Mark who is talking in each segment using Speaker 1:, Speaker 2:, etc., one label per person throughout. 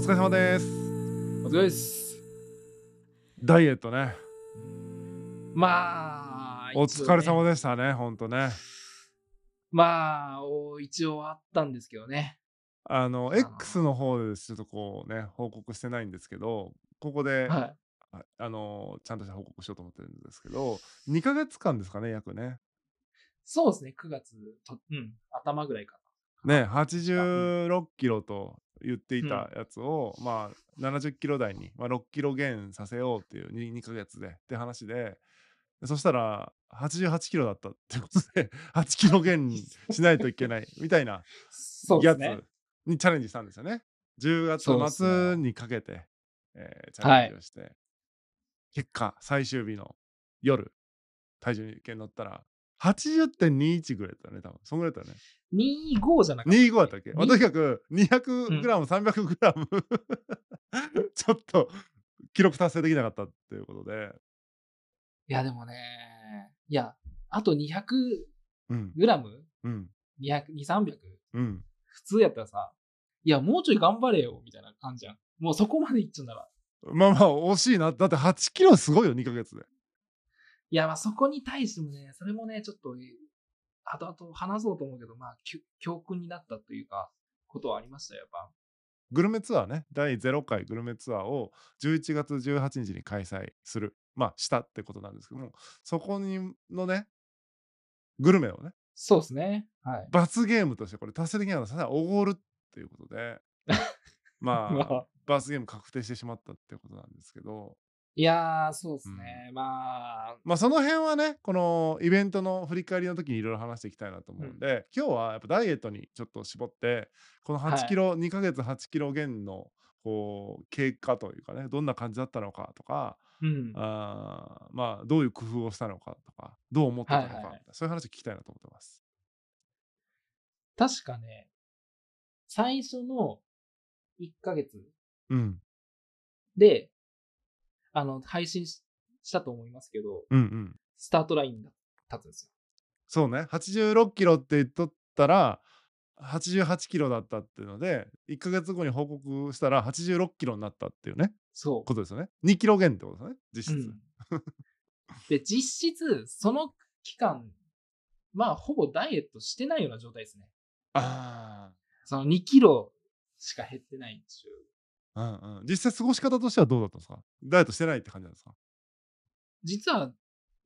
Speaker 1: 疲れ様です
Speaker 2: お疲れです。
Speaker 1: ダイエットね
Speaker 2: まあ、
Speaker 1: お疲れ
Speaker 2: 一応ね。
Speaker 1: 様でしたねほんとね
Speaker 2: まあ、お一応あったんですけどね。
Speaker 1: あの
Speaker 2: あー
Speaker 1: X の方でちょっとこうね報告してないんですけどここで、
Speaker 2: はい。
Speaker 1: ああのちゃんとした報告しようと思ってるんですけど2ヶ月間ですかね約ね
Speaker 2: そうですね、9月と、うん、頭ぐらいか
Speaker 1: ね86キロと言っていたやつを、まあ70キロ台に、まあ、6キロ減させようっていう 2, 2ヶ月でって話でそしたら88キロだったってことで8キロ減にしないといけないみたいな
Speaker 2: な。そうで
Speaker 1: や
Speaker 2: す
Speaker 1: つ
Speaker 2: ね。
Speaker 1: にチャレンジしたんですよね。10月
Speaker 2: そうっすね
Speaker 1: 末にかけて、えーチャレンジをして、結果最終日の夜体重計に乗ったら80.21ぐらいだったね多分そんぐらいだったよね。
Speaker 2: 25じゃなかった。
Speaker 1: 25だったっけ、まあ
Speaker 2: に
Speaker 1: とにかく 200g、300g ちょっと記録達成できなかったっていうことで、
Speaker 2: いや、でもね、いや、あと200
Speaker 1: うん
Speaker 2: グラム
Speaker 1: うん
Speaker 2: 200、2、300?
Speaker 1: うん
Speaker 2: 普通やったらさ、いや、もうちょい頑張れよ、みたいな感じじゃん。もうそこまでいっちゃうなら。
Speaker 1: まあまあ惜しいなだって8キロすごいよ2ヶ月で
Speaker 2: いや、まあそこに対してもね、それもね、ちょっと、後々話そうと思うけど、まあ、きゅ教訓になったというか、ことはありましたよ、やっぱ。
Speaker 1: グルメツアーね第0回グルメツアーを11月18日に開催するまあしたってことなんですけどもそこにのねグルメをね
Speaker 2: そうですね。はい。
Speaker 1: 罰ゲームとしてこれ達成できなかったらおごるっていうことで まあ罰ゲーム確定してしまったってことなんですけど、
Speaker 2: いやー、そうですね。まあ、
Speaker 1: まあ、その辺はねこのイベントの振り返りの時にいろいろ話していきたいなと思うんで、今日はやっぱダイエットにちょっと絞ってこの
Speaker 2: はい
Speaker 1: 8キロ、2ヶ月8キロ減のこう経過というかねどんな感じだったのかとか、
Speaker 2: うん。
Speaker 1: あーまあどういう工夫をしたのかとかどう思ってたのか、
Speaker 2: はいはいはい
Speaker 1: そういう話を聞きたいなと思ってます。
Speaker 2: 確かね、最初の1ヶ月
Speaker 1: うん
Speaker 2: で、あの、配信ししたと思いますけど、
Speaker 1: うんうん、
Speaker 2: スタートラインに立つんですよ。
Speaker 1: そうね86キロって言っとったら88キロだったっていうので1ヶ月後に報告したら86キロになったっていうね
Speaker 2: そう。
Speaker 1: ことですよね。2キロ減ってことですよね、実質。
Speaker 2: うん で、実質、その期間、まあ、ほぼダイエットしてないような状態ですね。
Speaker 1: あ
Speaker 2: その2キロしか減ってないっていう。
Speaker 1: あ。うんうん。実際過ごし方としてはどうだったんですかダイエットしてないって感じなんですか
Speaker 2: 実は、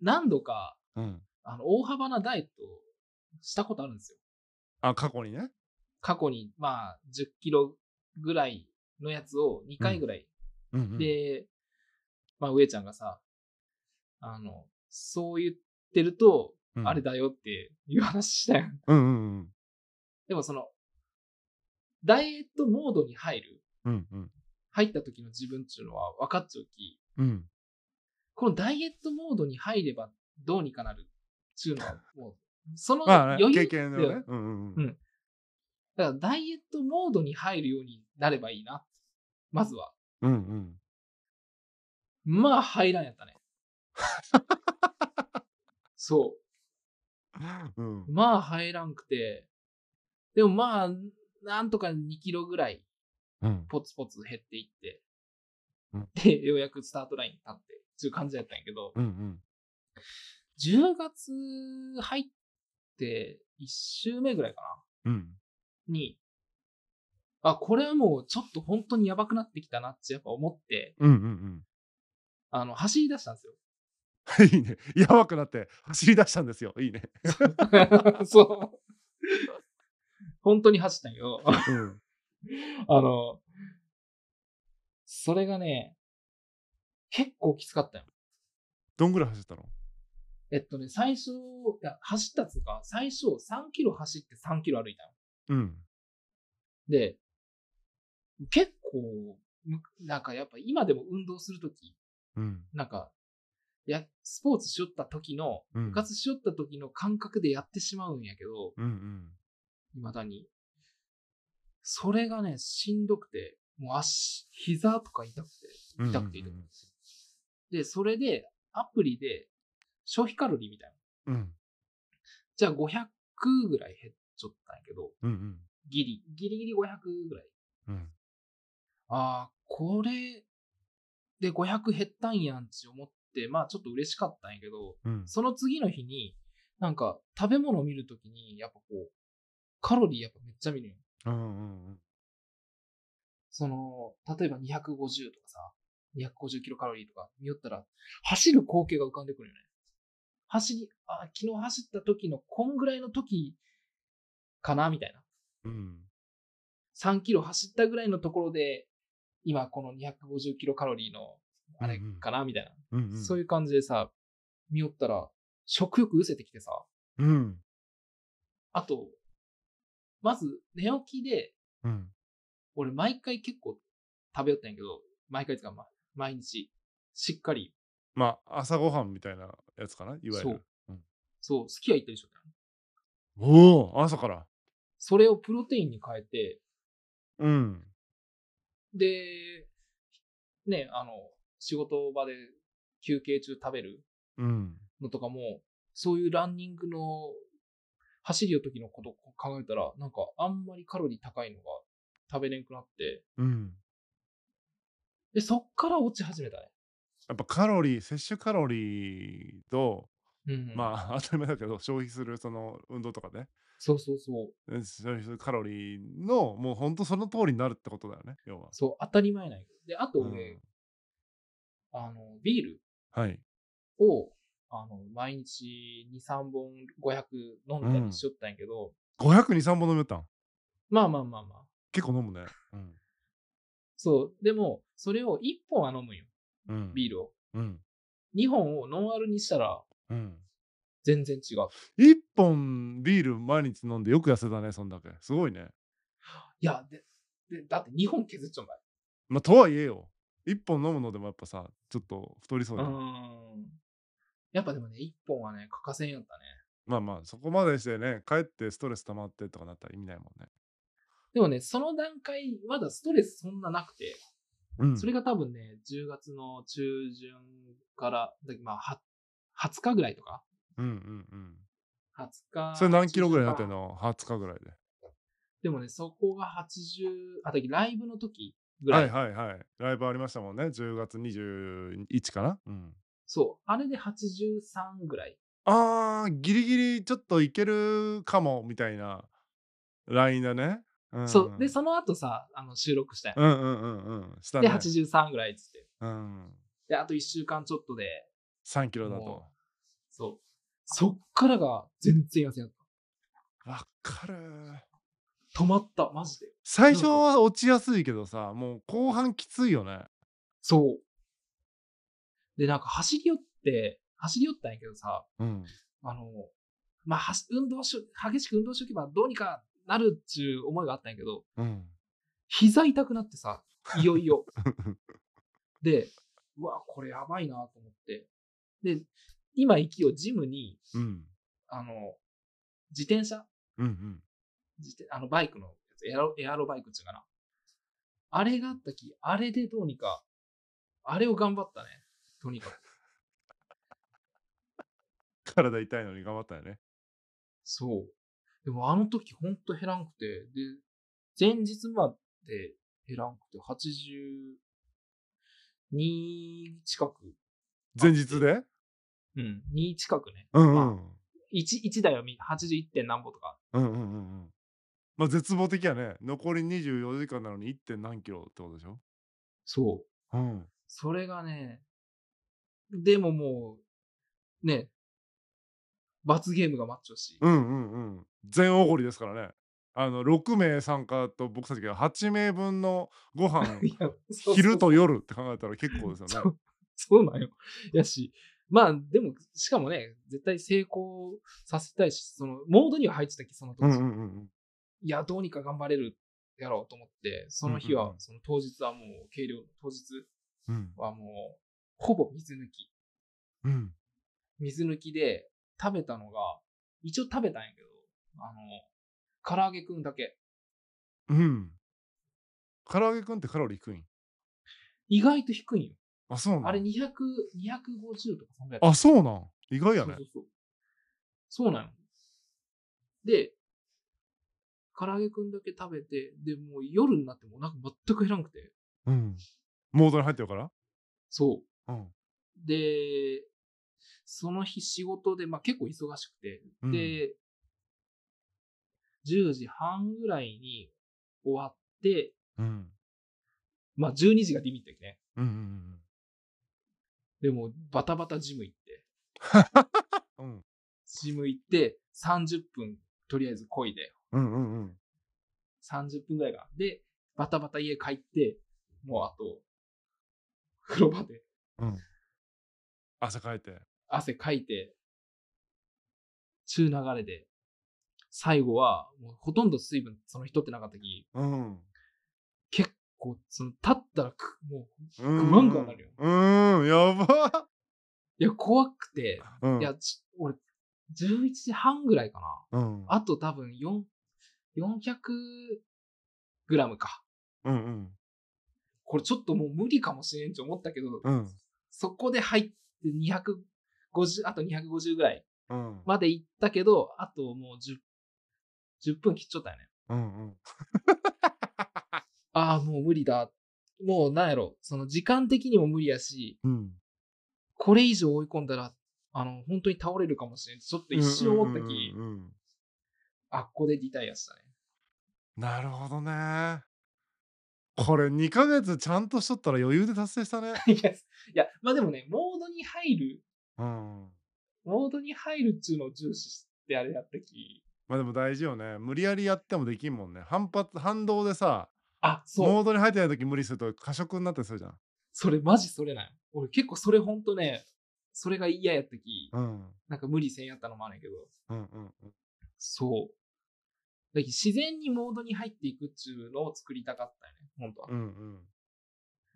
Speaker 2: 何度か、
Speaker 1: うん。
Speaker 2: あの、大幅なダイエットをしたことあるんですよ。
Speaker 1: あ、過去にね。
Speaker 2: 過去に、まあ、10キロぐらいのやつを2回ぐらい。
Speaker 1: うん、うん。
Speaker 2: で、まあ、上ちゃんがさ、あの、そう言ってると、
Speaker 1: うん
Speaker 2: あれだよっていう話したよ。
Speaker 1: うんうんうん。
Speaker 2: でもその、ダイエットモードに入る、
Speaker 1: うんうん。
Speaker 2: 入った時の自分っていうのは分かっちゃうき、
Speaker 1: うん。
Speaker 2: このダイエットモードに入ればどうにかなるっていうのは、もう、その
Speaker 1: まあ、ね、
Speaker 2: 余裕
Speaker 1: 経験の
Speaker 2: だ
Speaker 1: ね
Speaker 2: よ。
Speaker 1: うんうんう。
Speaker 2: うんんだからダイエットモードに入るようになればいいな。まずは。
Speaker 1: うんうん。
Speaker 2: まあ、入らんや ったね。そ
Speaker 1: うん
Speaker 2: う。まあ、入らんくて。でもまあ、なんとか2キロぐらい
Speaker 1: うん。
Speaker 2: ポツポツ減っていって
Speaker 1: うん、
Speaker 2: で、ようやくスタートラインに立って、っていう感じだったんやけど、
Speaker 1: うんうん。
Speaker 2: 10月入って1週目ぐらいか
Speaker 1: うん。
Speaker 2: なに、あ、これはもうちょっと本当にやばくなってきたなってやっぱ思って、
Speaker 1: うんうん
Speaker 2: あの、走り出したんですよ。
Speaker 1: うん。いいね。やばくなって走り出したんですよ。いいね。
Speaker 2: そう。本当に走ったんやけど、
Speaker 1: うん。
Speaker 2: あの、それがね、結構きつかったよ。
Speaker 1: どんぐらい走ったの
Speaker 2: えっとね、最初、いや走ったっつうか、最初3キロ走って3キロ歩いたの。
Speaker 1: うん。
Speaker 2: で、結構、むなんかやっぱ今でも運動するとき、
Speaker 1: うん。
Speaker 2: なんか、や、スポーツしよった時の、
Speaker 1: うん。
Speaker 2: 部活しよった時の感覚でやってしまうんやけど、
Speaker 1: うんうん。
Speaker 2: 未だに。それがね、しんどくて、もう足、膝とか痛くて、痛くて痛くて。
Speaker 1: うんうん
Speaker 2: で、それで、アプリで、消費カロリーみたいな。
Speaker 1: うん。
Speaker 2: じゃあ500ぐらい減っちゃったんやけど、
Speaker 1: うんうん。
Speaker 2: ギリ、ギリギリ500ぐらい。
Speaker 1: うん。
Speaker 2: ああ、これで500減ったんやんって思って、まあちょっと嬉しかったんやけど、
Speaker 1: うん。
Speaker 2: その次の日に、なんか食べ物を見るときに、やっぱこう、カロリーやっぱめっちゃ見るよ。
Speaker 1: うんうんうん。
Speaker 2: その、例えば250とかさ、250キロカロリーとか見よったら、走る光景が浮かんでくるよね。走り、あー昨日走った時のこんぐらいの時かなみたいな。
Speaker 1: うん。
Speaker 2: 3キロ走ったぐらいのところで、今この250キロカロリーの、あれかなみたいな。
Speaker 1: うんうん。
Speaker 2: そう
Speaker 1: い
Speaker 2: いう感じでさ、見よったら、食欲失せてきてさ、
Speaker 1: う。うん。
Speaker 2: あと、まず寝起きで、
Speaker 1: うん。
Speaker 2: 俺毎回結構食べよったんやけど、毎回つか、まあ、毎日、しっかり、
Speaker 1: まあ、朝ごはんみたいなやつかないわゆ
Speaker 2: そ
Speaker 1: る
Speaker 2: う。そう、すき家行ったでしょ。
Speaker 1: おお朝から。
Speaker 2: それをプロテインに変えて、
Speaker 1: うん。
Speaker 2: で、ね、あの、仕事場で休憩中食べる
Speaker 1: うん。
Speaker 2: のとかも、そういうランニングの走りの時のことを考えたら、なんかあんまりカロリー高いのが食べれんくなって、
Speaker 1: うん。
Speaker 2: で、そっから落ち始めたね。
Speaker 1: やっぱカロリー、摂取カロリーと、
Speaker 2: うん、あ。
Speaker 1: まあ、当たり前だけど、消費するその運動とかね、
Speaker 2: そうそうそう。
Speaker 1: うん消費するカロリーの、もう本当その通りになるってことだよね、要は。
Speaker 2: そう、当たり前なんやけど。で、あと
Speaker 1: うん
Speaker 2: 俺、あの、ビール
Speaker 1: はい。
Speaker 2: を、あの、毎日2、3本500飲んだりしよったんやけど、
Speaker 1: 500、2、3本飲めたん
Speaker 2: まあまあまあまあ。
Speaker 1: 結構飲むね。うん。
Speaker 2: そう、でも、それを1本は飲むよ、
Speaker 1: うん。
Speaker 2: ビールを。
Speaker 1: うん。
Speaker 2: 2本をノンアルにしたら、
Speaker 1: うん。
Speaker 2: 全然違う。
Speaker 1: 1本ビール毎日飲んでよく痩せたね、そんだけ。すごいね。
Speaker 2: いや、で、でだって2本削っちゃうんだよ。
Speaker 1: まあ、とはいえよ。1本飲むのでもやっぱさ、ちょっと太りそう
Speaker 2: う
Speaker 1: だ、
Speaker 2: ーん。やっぱでもね、1本はね、欠かせんやったね。
Speaker 1: まあまあ、そこまでしてね、帰ってストレス溜まってとかなったら意味ないもんね。
Speaker 2: でもね、その段階、まだストレスそんななくて、
Speaker 1: うん。
Speaker 2: それが多分ね、10月の中旬から、だまあ、は20日ぐらいとか
Speaker 1: うんうんうん。
Speaker 2: 20日。
Speaker 1: それ何キロぐらいになってん
Speaker 2: 中旬か
Speaker 1: の ?20 日ぐらいで。
Speaker 2: でもね、そこが80、あ、だけどライブの時ぐら。
Speaker 1: はいいはいはい。ライブありましたもんね。10月21かな。うん。
Speaker 2: そう。あれで83ぐらい。
Speaker 1: あー、ギリギリちょっといけるかも、みたいなラインだね。うん、
Speaker 2: そう。で、その後さ、あの収録したやん。
Speaker 1: うんうんうんうん。した
Speaker 2: で、
Speaker 1: ね。
Speaker 2: 83ぐらいっつって。
Speaker 1: うん。
Speaker 2: で、あと1週間ちょっとで、
Speaker 1: 3キロだと
Speaker 2: も。そう。そっからが全然痩せなかっ
Speaker 1: わかる。
Speaker 2: た。止まった、マジで。
Speaker 1: 最初は落ちやすいけどさ、もう後半きついよね。
Speaker 2: そう。で、なんか走り寄って、走り寄ったんやけどさ、
Speaker 1: うん。
Speaker 2: あの、まあ、はし運動しよ、激しく運動しとけばどうにかなるっちゅう思いがあったんやけど、
Speaker 1: うん。
Speaker 2: 膝痛くなってさ、いよいよ。で、うわ、これやばいなと思って。で、今行きよ、ジムに、
Speaker 1: うん。
Speaker 2: あの、自転車
Speaker 1: うんうん。
Speaker 2: 自転あの、バイクのやつ、エアロエアロバイクっちゅうかな。あれがあったき、あれでどうにか、あれを頑張ったね。とにかく。
Speaker 1: 体痛いのに頑張ったよね。
Speaker 2: そう。でもあの時ほんと減らんくて、で、前日まで減らんくて、82近く、
Speaker 1: 前日で
Speaker 2: うん、2近くね。
Speaker 1: うんう
Speaker 2: ま
Speaker 1: ん。
Speaker 2: 1, 1台はみ81点何歩とか。
Speaker 1: うんうんうんうん。まあ絶望的やね。残り24時間なのに 1. 点何キロってことでしょ
Speaker 2: そう。
Speaker 1: うん。
Speaker 2: それがね、でももう、ね、罰ゲームがマッチョし。
Speaker 1: うんうんうん。全おごりですからね。あの6名参加と僕たちが8名分のご 飯
Speaker 2: いやそうそう
Speaker 1: 昼と夜って考えたら結構ですよね。
Speaker 2: そうそうなんよ。やし、まあでも、しかもね、絶対成功させたいし、その、モードには入ってたき、その
Speaker 1: う
Speaker 2: 時。
Speaker 1: んうんうんうん。
Speaker 2: いや、どうにか頑張れるやろうと思って、その日は、
Speaker 1: うんうんうん
Speaker 2: その当日はもう、計量、当日
Speaker 1: うん
Speaker 2: はもう、ほぼ水抜き。
Speaker 1: うん
Speaker 2: 水抜きで食べたのが、一応食べたんやけど、あの、唐揚げくんだけ。
Speaker 1: うん。唐揚げくんってカロリー低いん
Speaker 2: 意外と低いんよ。
Speaker 1: あ、そうな
Speaker 2: あれ
Speaker 1: ん
Speaker 2: 200、250とかそんぐらいだっ
Speaker 1: あ、そうなん意外
Speaker 2: た
Speaker 1: やね
Speaker 2: そう。そうそう。そうなの。で、唐揚げくんだけ食べて、で、もう夜になってもなんか全く減らんくて、
Speaker 1: うん。モードに入ってるから
Speaker 2: そう。
Speaker 1: うん。
Speaker 2: で、その日仕事で、まあ、結構忙しくて、
Speaker 1: うん
Speaker 2: で、10時半ぐらいに終わって、
Speaker 1: うん。
Speaker 2: まあ、12時がディミットね。
Speaker 1: うんうん
Speaker 2: でも、バタバタジム行って、
Speaker 1: うんうん。
Speaker 2: ジム行って、30分、とりあえず漕いで、
Speaker 1: うんうんうんうん。
Speaker 2: 30分ぐらいが。で、バタバタ家帰って、もうあと、風呂場で
Speaker 1: 朝帰って。
Speaker 2: 汗かいて、中流れで、最後は、もうほとんど水分、その人ってなかったき、
Speaker 1: うん。
Speaker 2: 結構、その、立ったらく、もう、
Speaker 1: う
Speaker 2: まんくはなるよ
Speaker 1: うん、やばっ
Speaker 2: いや、怖くて、
Speaker 1: うん
Speaker 2: いや、ち俺、11時半ぐらいか
Speaker 1: うん
Speaker 2: な。あと多分、4、400グラムか。
Speaker 1: うんうん
Speaker 2: これちょっともう無理かもしれんと思ったけど、
Speaker 1: うん
Speaker 2: そこで入って250、あと250ぐらい
Speaker 1: うん
Speaker 2: まで行ったけど、あともう10、10分切っちゃったよね。
Speaker 1: うん
Speaker 2: ああ、もう無理だ。もうなんやろ、その時間的にも無理やし、
Speaker 1: うん
Speaker 2: これ以上追い込んだら、あの、本当に倒れるかもしれん。ちょっと一瞬思った
Speaker 1: う
Speaker 2: き
Speaker 1: ん、うんうん
Speaker 2: あっこでリタイアしたね。
Speaker 1: なるほどねこれ2ヶ月ちゃんとしとったら余裕で達成したね
Speaker 2: いや、いやまあでもね、モードに入る、
Speaker 1: うん
Speaker 2: モードに入るっちゅうのを重視してあれやったき、
Speaker 1: まあでも大事よね無理やりやってもできんもんね反発反動でさ
Speaker 2: あ、そう、
Speaker 1: モードに入ってない時無理すると過食になったりするじゃん
Speaker 2: それマジそれなんよ俺結構それほんとね、それが嫌やったき、
Speaker 1: うん
Speaker 2: なんか無理せんやったのもあるんやけど、
Speaker 1: うんうん
Speaker 2: そう。だけど自然にモードに入っていくっちゅうのを作りたかったよね、本当は。
Speaker 1: うんうん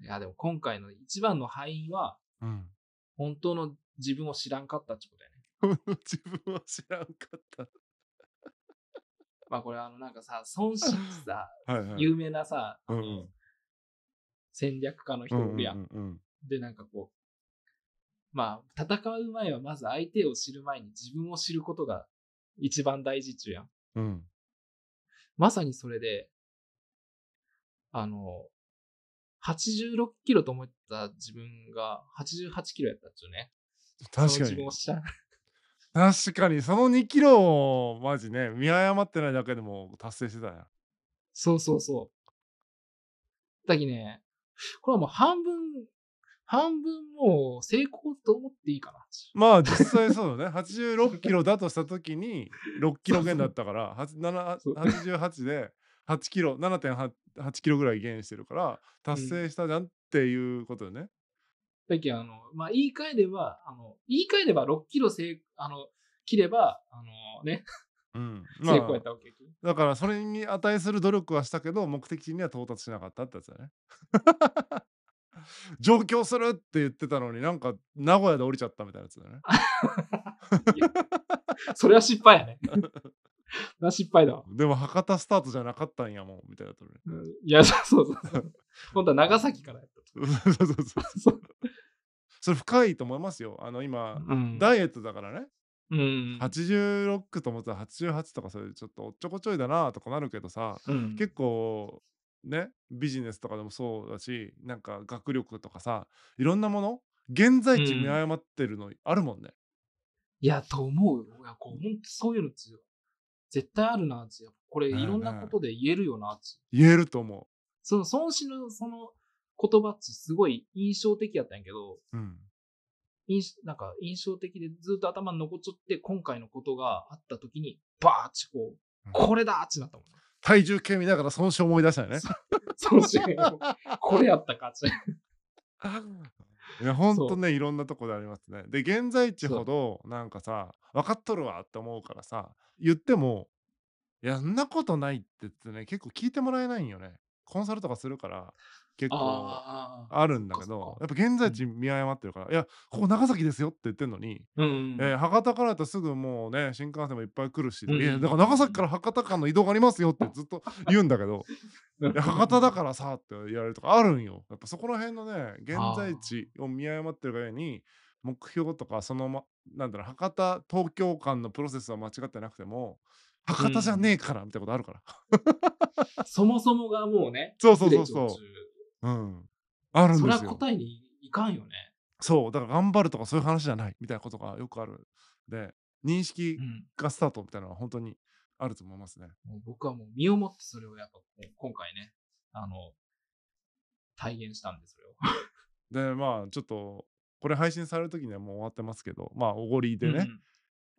Speaker 2: いや、でも今回の一番の敗因は、
Speaker 1: うん
Speaker 2: 本当の自分を知らんかったってことやね。
Speaker 1: 自分は知らんかっ
Speaker 2: まあこれあのなんかさ、孫子ってさ、
Speaker 1: たはいはい
Speaker 2: 有名なさ、あの
Speaker 1: うんうん
Speaker 2: 戦略家の人
Speaker 1: う
Speaker 2: お
Speaker 1: んうん
Speaker 2: るやん。
Speaker 1: うん
Speaker 2: で、なんかこう、まあ戦う前はまず相手を知る前に自分を知ることが一番大事っちゅうやん。
Speaker 1: うん
Speaker 2: まさにそれで、あの、86キロと思ってた自分が88キロやったっちゅうね。
Speaker 1: 確
Speaker 2: そ
Speaker 1: かに
Speaker 2: の自分を知らん。
Speaker 1: 確かにその2キロをマジね見誤ってないだけでも達成してたやん
Speaker 2: そうそうそう。だきね、これはもう半分、半分もう成功と思っていいかな。
Speaker 1: まあ実際そうだね86キロだとした時に6キロ減だったからはちなな
Speaker 2: そう
Speaker 1: 88で8キロ7.8キロぐらい減してるから達成したじゃんっていうことよね、
Speaker 2: だきあの、まあ、言い換えれば、あの、言い換えれば6キロ成、あの、切れば、あのね、
Speaker 1: うんま
Speaker 2: 成功や
Speaker 1: あ
Speaker 2: っ、たわけやけど、
Speaker 1: だからそれに値する努力はしたけど目的には到達しなかったってやつだね 上京するって言ってたのになんか名古屋で降りちゃったみたいなやつだね
Speaker 2: それは失敗 やね。それは失敗だわ。
Speaker 1: でも博多スタートじゃなかったんやもんみたいなとるね
Speaker 2: うんいや、そうそうそう。本当は長崎からやった
Speaker 1: そうそうそうそう
Speaker 2: と。 そう
Speaker 1: それ深いと思いますよあの今、
Speaker 2: うん
Speaker 1: ダイエットだからね
Speaker 2: うん。
Speaker 1: 86と思ったら88とかそれちょっとおっちょこちょいだなとかなるけどさ
Speaker 2: うん
Speaker 1: 結構ねビジネスとかでもそうだしなんか学力とかさいろんなもの現在地
Speaker 2: うん
Speaker 1: 見誤ってるのあるもんね、
Speaker 2: いや、と思うよ。いや、こう、本当そういうのって、絶対あるなって、これ、い
Speaker 1: ねえねえ
Speaker 2: ろんなことで言えるよなって。
Speaker 1: 言えると思
Speaker 2: その、孫子のその言葉って、すごい印象的やったんやけど、
Speaker 1: う、うん、
Speaker 2: 印なんか印象的でずっと頭に残っちゃって、今回のことがあった時に、バーッチこう
Speaker 1: う、ん
Speaker 2: これだーってなったもん。
Speaker 1: 体重計見ながら損傷思い出したよね
Speaker 2: 孫子がこれやったか って。
Speaker 1: いやほんとねいろんなとこでありますねで現在地
Speaker 2: そう
Speaker 1: ほどなんかさ分かっとるわって思うからさ言ってもいやそんなことないって言ってね結構聞いてもらえないんよねコンサルとかするから結構
Speaker 2: ああ。
Speaker 1: あるんだけ
Speaker 2: そ
Speaker 1: どや
Speaker 2: っ
Speaker 1: っぱ現在地見誤ってるから、いやここ長崎ですよって言ってんのに、
Speaker 2: うん。
Speaker 1: えー博多からだったらすぐもうね新幹線もいっぱい来るし、
Speaker 2: うん
Speaker 1: いやだから長崎から博多間の移動がありますよってずっと言うんだけどいや博多だからさって言われるとかあるんよ。やっぱそこら辺のね現在地を見誤ってるがゆえに目標とかその、ま、なんだろう博多東京間のプロセスは間違ってなくても博多じゃねえからみたいなことあるから。
Speaker 2: そもそもがもうね、
Speaker 1: そうそうそうそう
Speaker 2: 失礼
Speaker 1: うん。あるん
Speaker 2: そ
Speaker 1: で
Speaker 2: れは
Speaker 1: すよ。
Speaker 2: 答えにいかんよね。
Speaker 1: そう。だから頑張るとかそういう話じゃないみたいなことがよくある。で、認識
Speaker 2: うん。
Speaker 1: がスタートみたいなのは本当にあると思いますね。
Speaker 2: もう僕はもう身をもってそれをやっぱこう今回ね、あの、体現したんで、それを。
Speaker 1: で、まあちょっと、これ配信される時にはもう終わってますけど、まあおごりでね、
Speaker 2: うん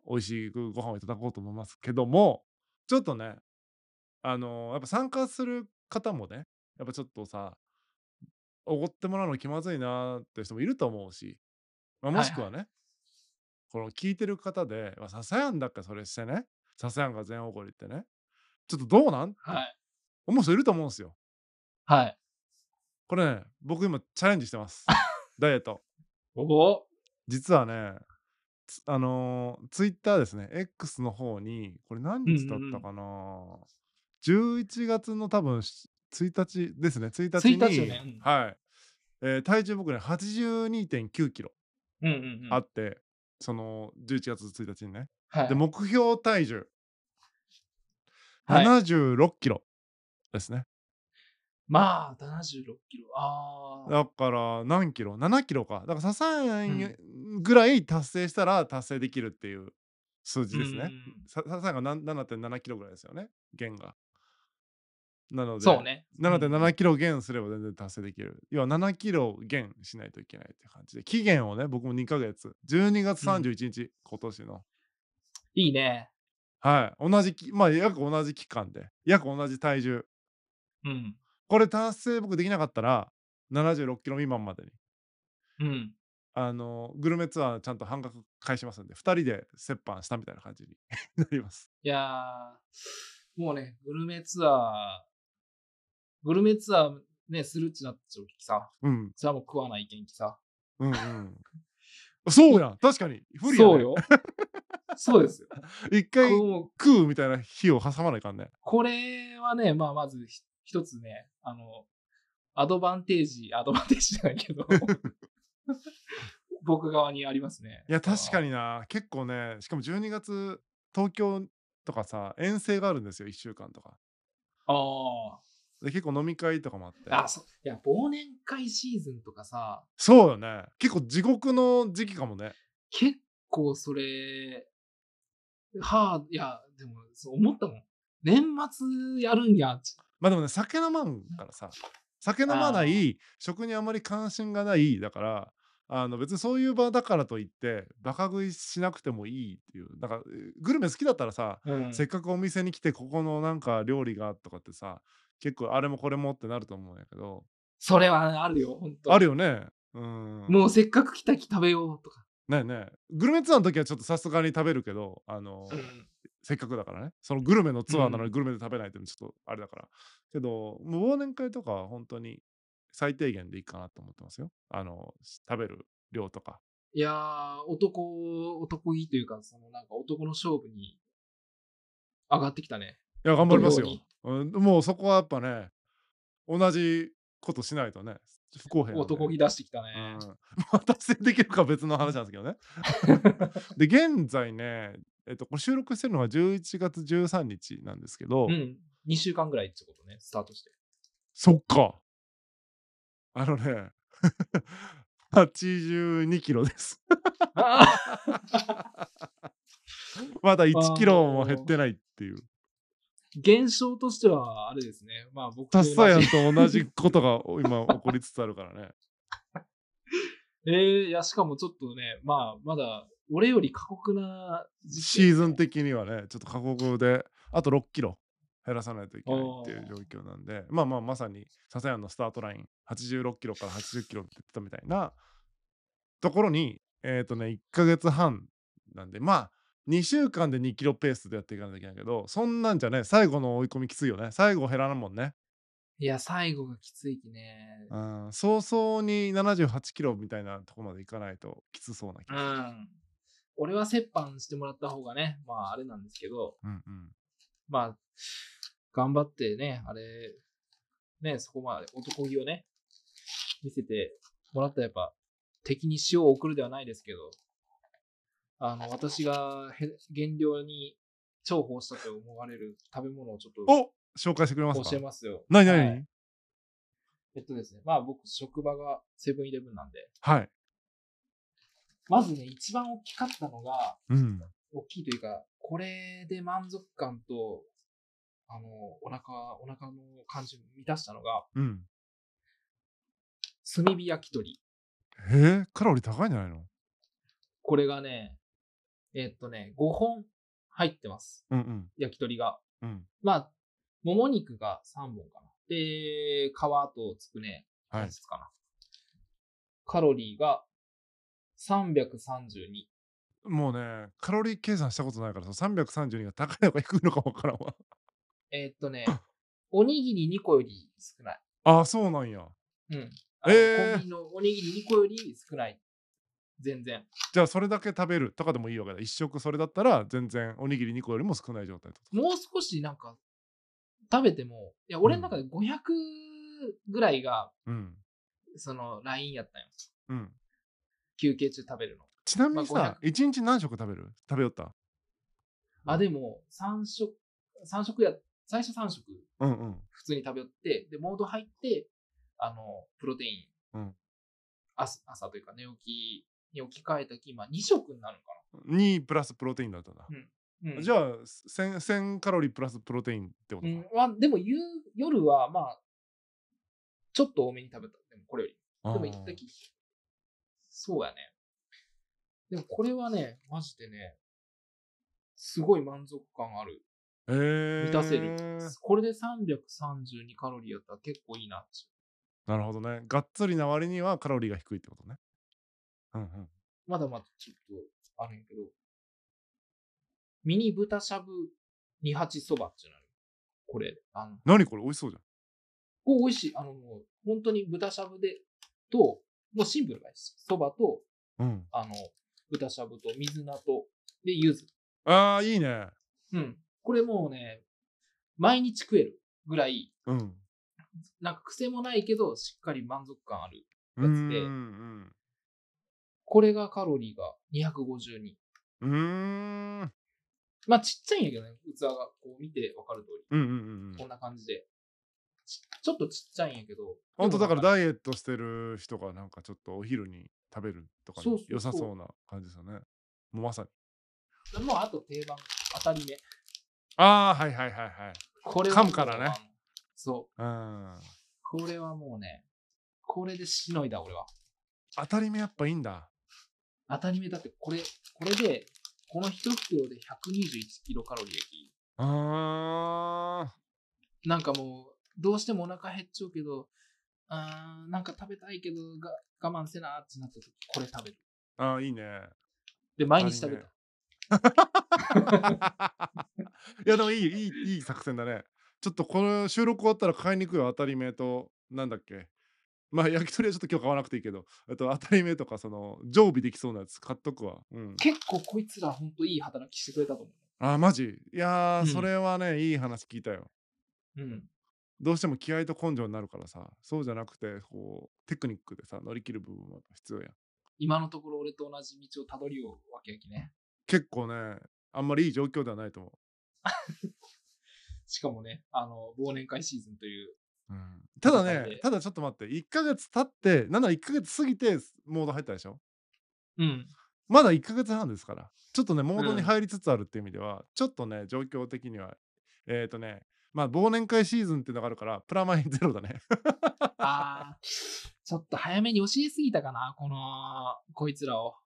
Speaker 1: 美味しくご飯をいただこうと思いますけどもちょっとねあのーやっぱ参加する方もねやっぱちょっとさおごってもらうの気まずいなーって人もいると思うし、まあ、もしくはね、この聞いてる方でまあ「ささやんだっけそれしてねささやんが全おごりってねちょっとどうなん?」
Speaker 2: うん。はい。
Speaker 1: 思う人いると思うんですよ。
Speaker 2: はい。
Speaker 1: これね僕今チャレンジしてます。ダイエット。
Speaker 2: おお
Speaker 1: 実はねつあのー、ツイッターですね X の方にこれ何日だったかな、11月の多分し1日ですね1日に
Speaker 2: 1日よねうん
Speaker 1: はい、えー体重僕ね8 2 9キロ
Speaker 2: うんうんうん。
Speaker 1: あって、その11月1日にね
Speaker 2: はい、
Speaker 1: で目標体重
Speaker 2: はい
Speaker 1: 7 6キロですね、
Speaker 2: まあ、76キロ。ああ。
Speaker 1: だから何キロ ?7 キロかだから笹
Speaker 2: うん
Speaker 1: んぐらい達成したら達成できるっていう数字ですね、
Speaker 2: うんうん
Speaker 1: さささがな7.7キロぐらいですよね減がなの
Speaker 2: うん。
Speaker 1: で
Speaker 2: そうね。
Speaker 1: 7.7キロ減すれば全然達成できる要は7キロ減しないといけないって感じで期限をね僕も2ヶ月12月31日、今年の
Speaker 2: いいね。
Speaker 1: はい同じきまあ約同じ期間で約同じ体重
Speaker 2: うん。
Speaker 1: これ達成僕できなかったら76キロ未満までに
Speaker 2: うん。
Speaker 1: あのグルメツアーちゃんと半額返しますんで2人で折半したみたいな感じに なります
Speaker 2: いやー、もうね、グルメツアー、グルメツアーね、するってなっちゃうきさ、
Speaker 1: うん
Speaker 2: それはもう食わない元気さ。
Speaker 1: うんうん そうやん確かに不利や、ね、
Speaker 2: そ うよ。そうですよ。
Speaker 1: 一回
Speaker 2: こう
Speaker 1: 食うみたいな日を挟まないかんね。
Speaker 2: これはね、まあ、まずひ一つね、あの、アドバンテージ、アドバンテージじゃない けど、僕側にありますね。
Speaker 1: いや確か
Speaker 2: に。
Speaker 1: にな結構ねしかも12月東京とかさ遠征があるんですよ1週間とか
Speaker 2: あ
Speaker 1: で結構飲み会とかもあって
Speaker 2: あ。あ、そう。いや、忘年会シーズンとかさ、
Speaker 1: そうよね結構地獄の時期かもね
Speaker 2: 結構それ、はあ、いや、でも、そう思ったもん。年末やるんや。
Speaker 1: まあでもね酒飲まんからさ酒飲まない食にあまり関心がないだからあの別にそういう場だからといってバカ食いしなくてもいいっていうなんかグルメ好きだったらさ
Speaker 2: うん
Speaker 1: せっかくお店に来てここのなんか料理がとかってさ結構あれもこれもってなると思うんやけど
Speaker 2: それはあるよ、本当
Speaker 1: あるよねうん
Speaker 2: もうせっかく来たき食べようとか。
Speaker 1: ねえねえグルメツアーの時はちょっとさすがに食べるけどあの、
Speaker 2: うん
Speaker 1: せっかくだからねそのグルメのツアーなの
Speaker 2: う
Speaker 1: にグルメで食べないっていうのちょっとあれだから、けどもう忘年会とかは本当に最低限でいいかなと思ってますよあの食べる量とか
Speaker 2: いやー、男、男気というか、そのなんか男の勝負に上がってきたね。
Speaker 1: いや頑張ります
Speaker 2: ど
Speaker 1: よ
Speaker 2: のよ、
Speaker 1: うん、もうそこはやっぱね同じことしないとね不公平なんで
Speaker 2: 男気出してきた
Speaker 1: う
Speaker 2: ね
Speaker 1: ん。 まあ達成できるかは別の話なんですけどね。 で現在ね、えっと、これ収録してるのが11月13日なんですけど、
Speaker 2: うん。2週間ぐらいってことね、スタートして。
Speaker 1: そっかあのね 82キロです。まだ1キロも減ってないっていう。
Speaker 2: 現象としては、あれですね。まあ僕
Speaker 1: タ
Speaker 2: と同
Speaker 1: ッ
Speaker 2: じ
Speaker 1: サヤンと同じ ことが今起こりつつあるからね。
Speaker 2: えー、いや、しかもちょっとね、まあ、まだ、俺より過酷な時期
Speaker 1: シーズン的にはね、ちょっと過酷で、あと6キロ減らさないといけないっていう状況なんで、まあまあ、まさに、ササヤンのスタートライン、86キロから80キロって言ってたみたいなところに、えっ、とね、1ヶ月半なんで、まあ、2週間で2キロペースでやっていかないといけないけど、そんなんじゃね、最後の追い込みきついよね。最後減らないもんね。
Speaker 2: いや、最後がきついきね。
Speaker 1: うん、早々に78キロみたいなとこまでいかないときつそうな気
Speaker 2: う
Speaker 1: がする。
Speaker 2: ん。俺は折半してもらった方がね、まあ、あれなんですけど、
Speaker 1: うんうん
Speaker 2: まあ、頑張ってね、あれ、ね、そこまで男気をね、見せてもらったらやっぱ、敵に塩を送るではないですけど、あの、私がへ減量に重宝したと思われる食べ物をちょっと
Speaker 1: お紹介してくれます
Speaker 2: 教え
Speaker 1: か
Speaker 2: ますよ。
Speaker 1: 何何、
Speaker 2: はいえっとですね、まあ僕、職場がセブンイレブンなんで、
Speaker 1: はい。
Speaker 2: まずね、一番大きかったのが、
Speaker 1: うん。
Speaker 2: 大きいというか、これで満足感と、あの、お腹、お腹の感じを満たしたのが、
Speaker 1: うん。
Speaker 2: 炭火焼き鳥。
Speaker 1: へえ、カロリー高いんじゃないの
Speaker 2: これがね、えっとね、5本入ってます。
Speaker 1: うんうん。
Speaker 2: 焼き鳥が。
Speaker 1: うん。
Speaker 2: まあ、もも肉が3本かな。で、皮とつくね、
Speaker 1: はい
Speaker 2: 何つかな。カロリーが332。
Speaker 1: もうね、カロリー計算したことないから、その332が高いのか低いのかわからんわ。
Speaker 2: えっとね、おにぎり2個より少ない。
Speaker 1: ああ、そうなんや。
Speaker 2: うん。あの
Speaker 1: えー
Speaker 2: コンビニのおにぎり2個より少ない。全然。
Speaker 1: じゃあ、それだけ食べるとかでもいいわけだ。一食それだったら、全然おにぎり2個よりも少ない状態ってこと
Speaker 2: もう少しなんか、食べても、いや、俺の中で500ぐらいが、
Speaker 1: うん。
Speaker 2: その、ラインやったんよ。
Speaker 1: うん。
Speaker 2: 休憩中食べるの。
Speaker 1: ちなみに
Speaker 2: まあ
Speaker 1: さ、一日何食食べる食べよった
Speaker 2: あ、でも、3食、三食や、最初3食
Speaker 1: うんうん。
Speaker 2: 普通に食べよって、で、モード入って、あの、プロテイン、
Speaker 1: うん
Speaker 2: 朝朝というか寝起きに置き換えたき、まあ2食になるのか
Speaker 1: 2プラスプロテインだったな。
Speaker 2: な。うん、
Speaker 1: じゃあ、1000 1000カロリープラスプロテインってこと
Speaker 2: う
Speaker 1: か。
Speaker 2: ん、まあ、でも夕夜は、まあ、ちょっと多めに食べた。でもこれより。
Speaker 1: あ
Speaker 2: で
Speaker 1: ー
Speaker 2: も一時そうやね。でもこれはね、マジでね、すごい満足感ある。
Speaker 1: えー
Speaker 2: 満たせる。これで332カロリーやったら結構いいなって。
Speaker 1: なるほどね。がっつりな割にはカロリーが低いってことね。うんうん。
Speaker 2: まだまだちょっとあるんやけど、ミニ豚しゃぶ二八そばっていうのある。これ、あの、
Speaker 1: 何これ美味しそうじ
Speaker 2: これ美味しい。あの、もう、本当に豚しゃぶで、と、もうシンプルがいいです。そばと、
Speaker 1: ゃん。うん。
Speaker 2: あの、豚しゃぶと水菜と、で、柚子。
Speaker 1: ああ、いいね。
Speaker 2: うん。これもうね、毎日食えるぐらい、
Speaker 1: うん。
Speaker 2: なんか癖もないけど、しっかり満足感ある。
Speaker 1: う
Speaker 2: や
Speaker 1: ん
Speaker 2: つで
Speaker 1: うん
Speaker 2: これがカロリーが252。
Speaker 1: うん。うーん。うん
Speaker 2: まあちっちゃいんやけどね、器がこう見てわかる通り、
Speaker 1: うんうんう
Speaker 2: こ
Speaker 1: ん。
Speaker 2: んな感じで。ちちょっとちっちゃいんやけど。
Speaker 1: 本当だから
Speaker 2: でもなん
Speaker 1: ダイエットしてる人がなんかちょっとお昼に食べるとかに
Speaker 2: そうそうそう
Speaker 1: 良さそうな感じですよね。もうまさに。
Speaker 2: かもうあと定番、当たり目。
Speaker 1: ああ、はいはいはいはい。
Speaker 2: これはもう
Speaker 1: 噛むからね。
Speaker 2: そう。
Speaker 1: うん。
Speaker 2: これはもうね、これでしのいだ、俺は。
Speaker 1: 当たり目やっぱいいんだ。
Speaker 2: 当たり目だって、これ、これで、この一袋で121キロカロリーやき。
Speaker 1: ああ。
Speaker 2: なんかもう、どうしてもお腹減っちゃうけど、あーなんか食べたいけどが、我慢せなーってなった時、これ食べる。
Speaker 1: ああ、いいね。
Speaker 2: で、毎日食べた。
Speaker 1: いやでもいいいいいい作戦だね。ちょっとこの収録終わったら買いに行くよ当たり目となんだっけまあ焼き鳥はちょっと今日買わなくていいけどあと当たり目とかその常備できそうなやつ買っとくわ。うん、
Speaker 2: 結構こいつらほんといい働きしてくれたと思
Speaker 1: あーマジいやー、
Speaker 2: うん
Speaker 1: それはねいい話聞いたよ。
Speaker 2: う。うん。
Speaker 1: どうしても気合と根性になるからさそうじゃなくてこうテクニックでさ乗り切る部分は必要やん。
Speaker 2: 今のところ俺と同じ道をたどりようわけやきね。
Speaker 1: 結構ねあんまりいい状況ではないと思
Speaker 2: しかもね、あの、忘年会シーズンという。
Speaker 1: う。うん、ただ
Speaker 2: 戦い
Speaker 1: ね
Speaker 2: で
Speaker 1: ただちょっと待って1ヶ月経ってなんなら1ヶ月過ぎてモード入ったでしょ
Speaker 2: うん。
Speaker 1: まだ1ヶ月半ですから、ちょっとね、モード
Speaker 2: うん
Speaker 1: に入りつつあるっていう意味では、ちょっとね、状況的には、えっ、ー、とね、まあ、忘年会シーズンっていうのがあるから、プラマイゼロだね。
Speaker 2: あー、ちょっと早めに教えすぎたかな、この、こいつらを。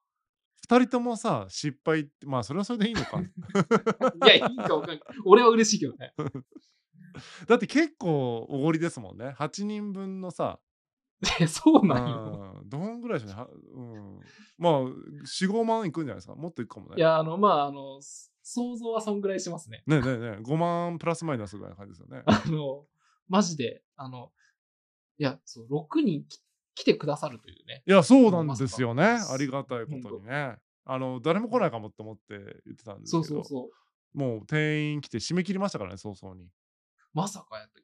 Speaker 1: 2人ともさ、失敗って、まあ、それはそれでいいの か。
Speaker 2: いや、いいかわかんない。俺は嬉しいけどね。
Speaker 1: だって結構おごりですもんね。8人分の さ、
Speaker 2: いやそう
Speaker 1: う
Speaker 2: なんよ。
Speaker 1: ん、どんぐらいでしょうね。はうん、まあ、4、5万いくんじゃないですか。もっといくかもね。
Speaker 2: いや、あの、まあ、あの、想像はそんぐらいしますね。
Speaker 1: ねえねえねえ、5万プラスマイナスぐらいの感じですよ ね。
Speaker 2: あの、マジで、あの、いや、そう、6人き来てくださるというね。
Speaker 1: いや、そうなんですよね。
Speaker 2: まさか
Speaker 1: ありがたいことにね。あの、誰も来ないかもって思って言ってたんですけ
Speaker 2: そ
Speaker 1: ど。
Speaker 2: うそうそう。
Speaker 1: もう店員来て締め切りましたからね、早々に。い
Speaker 2: まさかやったき。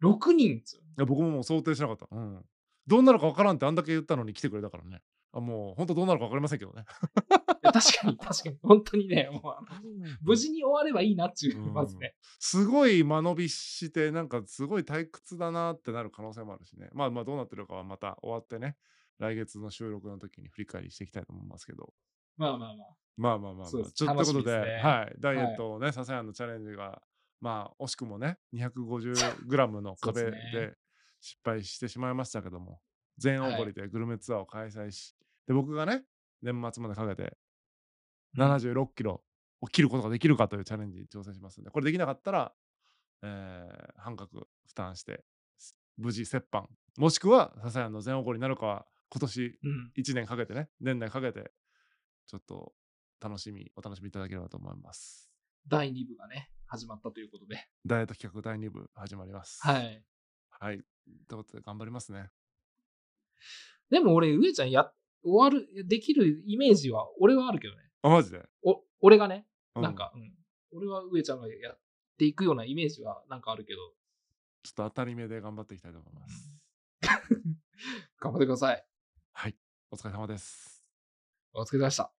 Speaker 2: 6人っつう
Speaker 1: や僕ももう想定しなかった。うん。どうなるかわからんってあんだけ言ったのに来てくれたからね。あもう本当どうなるか分かりませんけどね。
Speaker 2: 確かに、確かに。本当にね、もうあの、無事に終わればいいなっていう、
Speaker 1: うん
Speaker 2: まずね。
Speaker 1: すごい間延びしてなんかすごい退屈だなってなる可能性もあるしねまあまあどうなってるかはまた終わってね来月の収録の時に振り返りしていきたいと思いますけど
Speaker 2: まあまあまあ。
Speaker 1: まあまあまあ、まあ、ち
Speaker 2: そ
Speaker 1: ょっ
Speaker 2: うです
Speaker 1: ということで
Speaker 2: 楽しみですね
Speaker 1: はい、ダイエットをね、ささやんのチャレンジがまあ惜しくもね 250g の
Speaker 2: そうで
Speaker 1: 壁
Speaker 2: す
Speaker 1: で
Speaker 2: ね
Speaker 1: 失敗してしまいましたけども全オンボリでグルメツアーを開催し、で僕がね年末までかけて76キロを切ることができるかというチャレンジに挑戦しますんで、これできなかったら、えー半額負担して、す無事折半、もしくは、ささやんの全おごりになるかは、今年
Speaker 2: うん。
Speaker 1: 1年かけてね、年内かけて、ちょっと楽しみ、お楽しみいただければと思います。
Speaker 2: 第2部がね、始まったということで。
Speaker 1: ダイエット企画第2部始まります。。
Speaker 2: はいい。
Speaker 1: はい。ということで、頑張りますね。
Speaker 2: でも俺、上ちゃんや、終わる、できるイメージは、俺はあるけどね。
Speaker 1: あ、マジで、
Speaker 2: お、俺がね、
Speaker 1: う
Speaker 2: なん、か、うん。俺は上ちゃんがやっていくようなイメージはなんかあるけど、
Speaker 1: ちょっと当たり目で頑張っていきたいと思います。
Speaker 2: 頑張ってください。
Speaker 1: お疲れ様です。
Speaker 2: お疲れ様でした。